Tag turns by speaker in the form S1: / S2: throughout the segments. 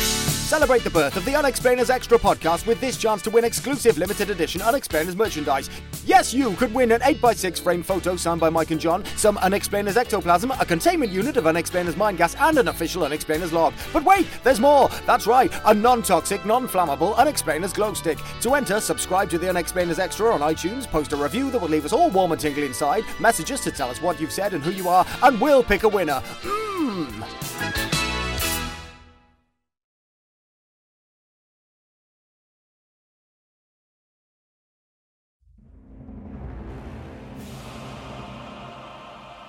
S1: Celebrate the birth of the Unexplainers Extra podcast with this chance to win exclusive limited edition Unexplainers merchandise. Yes, you could win an 8x6 frame photo signed by Mike and John, some Unexplainers ectoplasm, a containment unit of Unexplainers mind gas, and an official Unexplainers log. But wait, there's more! That's right, a non toxic, non flammable Unexplainers glow stick. To enter, subscribe to the Unexplainers Extra on iTunes, post a review that will leave us all warm and tingly inside, message us to tell us what you've said and who you are, and we'll pick a winner.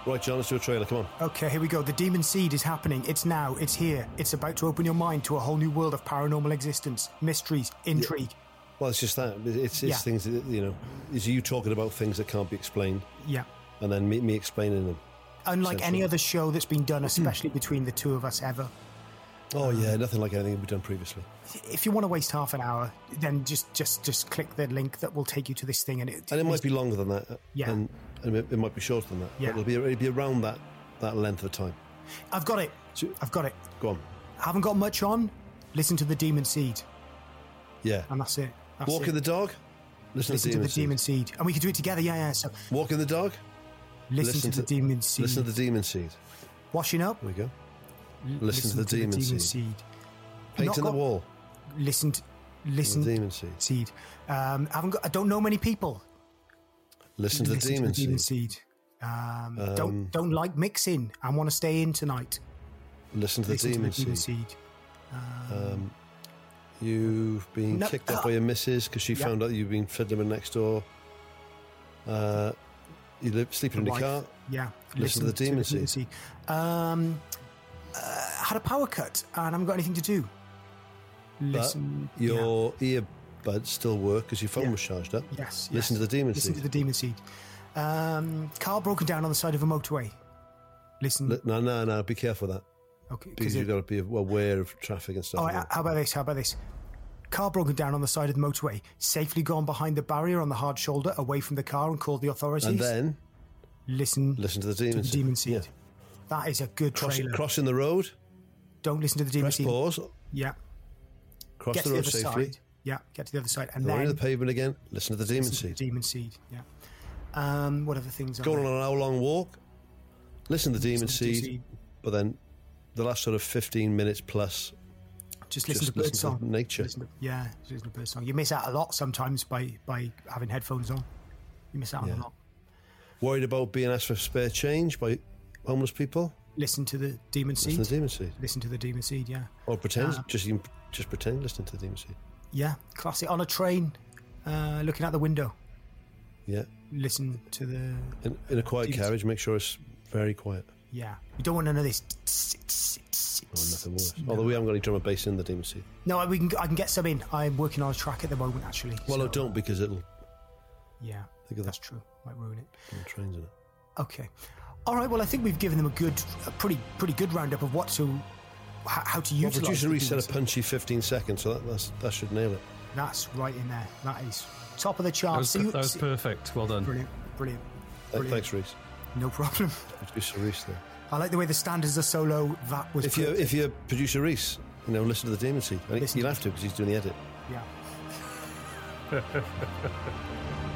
S2: Right, John, let's do a trailer. Come on.
S3: Okay, here we go. The demon seed is happening. It's now. It's here. It's about to open your mind to a whole new world of paranormal existence, mysteries, intrigue.
S2: Well, it's just that. It's, it's
S3: Yeah.
S2: things that, you know, it's you talking about things that can't be explained
S3: Yeah.
S2: and then me, me explaining them.
S3: Unlike any
S2: Essentially.
S3: other show that's been
S2: Hmm.
S3: done, especially between the two of us ever.
S2: Oh,
S3: Um,
S2: yeah, nothing like anything we've done previously.
S3: If you want to waste half an hour, then just just just click the link that will take you to this thing, and it,
S2: And it might be longer than that. uh,
S3: Yeah.
S2: And, and it it might be shorter than that.
S3: Yeah.
S2: But it'll be, it'll be around that, that length of time.
S3: I've got it.
S2: So-
S3: I've got it.
S2: Go on.
S3: haven't got much on. Listen to the demon seed,
S2: Yeah.
S3: and that's it. That's
S2: Walk
S3: it.
S2: in the dark. Listen,
S3: listen
S2: to,
S3: to
S2: demon
S3: the demon seed, and we can do it together. Yeah, yeah. So
S2: Seed. Walk in the dark.
S3: listen, to, the demon seed.
S2: Listen to the demon seed.
S3: Washing up.
S2: There we go. Listen, to the demon, seed.
S3: Not
S2: Painting the
S3: got-
S2: wall.
S3: Listen to listen
S2: The demon seed.
S3: seed. Um, I haven't got. I don't know many people.
S2: Listen to the
S3: Listen
S2: demon
S3: to the demon
S2: seed.
S3: seed. Um, don't don't like mixing. I want to stay in tonight.
S2: Listen to the
S3: listen
S2: demon
S3: to the demon
S2: seed.
S3: seed.
S2: You've been
S3: No- oh.
S2: kicked out by your missus because she
S3: Yeah.
S2: found out you've been fiddling with next door. Uh, you live sleeping in the
S3: Wife.
S2: car.
S3: Yeah.
S2: Listen to the demon seed.
S3: Um, uh, had a power cut and I haven't got anything to do. Listen.
S2: but your earbuds still work because your phone
S3: Yeah.
S2: was charged up.
S3: Yes.
S2: Listen
S3: yes.
S2: to the demon
S3: Listen
S2: seed.
S3: to the demon seed. Um, car broken down on the side of a motorway. Listen.
S2: Li- no, no, no. Be careful with that
S3: okay. 'cause
S2: because
S3: it- Oh,
S2: you've got to be aware of traffic and stuff.
S3: All
S2: like
S3: right,
S2: that.
S3: how about this? How about this? Car broken down on the side of the motorway, safely gone behind the barrier on the hard shoulder, away from the car, and called the authorities.
S2: and then
S3: listen,
S2: listen to the demon
S3: to the
S2: seed.
S3: demon seed.
S2: Yeah.
S3: That is a good
S2: Cross,
S3: trailer.
S2: crossing the road.
S3: Don't listen to the demon
S2: Press
S3: seed.
S2: pause.
S3: Yeah,
S2: Cross the
S3: get to the
S2: road
S3: other
S2: safely.
S3: side. Yeah, get to the other side, and
S2: Go onto
S3: then
S2: the pavement again. Listen to the demon
S3: listen to
S2: seed.
S3: the demon seed. Yeah. Um, what other things are
S2: Go on
S3: there?
S2: an hour long walk. Listen to the demon
S3: Listen to the
S2: seed. But then the last sort of 15 minutes plus
S3: Just listen
S2: just
S3: to bird
S2: listen
S3: song.
S2: to nature.
S3: Listen to- yeah, just listen to bird song. You miss out a lot sometimes by by having headphones on. You miss out on a lot.
S2: Worried about being asked for spare change by homeless people?
S3: Listen to the demon seed. Ah.
S2: Listen to the demon seed.
S3: listen to the demon seed. Yeah.
S2: Or pretend, just you can just pretend listening to the demon seed.
S3: Yeah, classic. On a train, uh, looking out the window,
S2: Yeah.
S3: listen to the.
S2: In, in a quiet
S3: Demon seed.
S2: carriage, make sure it's very quiet.
S3: Yeah, you don't want none of this.
S2: Oh, nothing worse. Although we haven't got any drum and bass in the demon seed.
S3: No, we can. I can get some in. I'm working on a track at the moment, actually.
S2: Well,
S3: so-
S2: I don't because it'll
S3: yeah,
S2: think of
S3: that's
S2: that.
S3: true. Might ruin it.
S2: it'll trains in it.
S3: Okay, all right. Well, I think we've given them a good, a pretty, pretty good roundup of what to, h- how to
S2: Well,
S3: use.
S2: producer Reese said a punchy 15 seconds, so that that's, that should nail it.
S3: That's right in there. That is top of the
S4: That
S3: charts.
S4: was,
S3: See you-
S4: that was
S3: see-
S4: perfect. Well done.
S3: brilliant, brilliant,
S2: Th-
S3: brilliant.
S2: Thanks, Reese.
S3: No problem.
S2: Producer Reese. There.
S3: I like the way the standards are so low. That was
S2: If you
S3: perfect.
S2: if you're producer Reese, you know, listen to the demon seed. And
S3: Listen
S2: you'll
S3: to
S2: have to because he's doing the edit.
S3: yeah.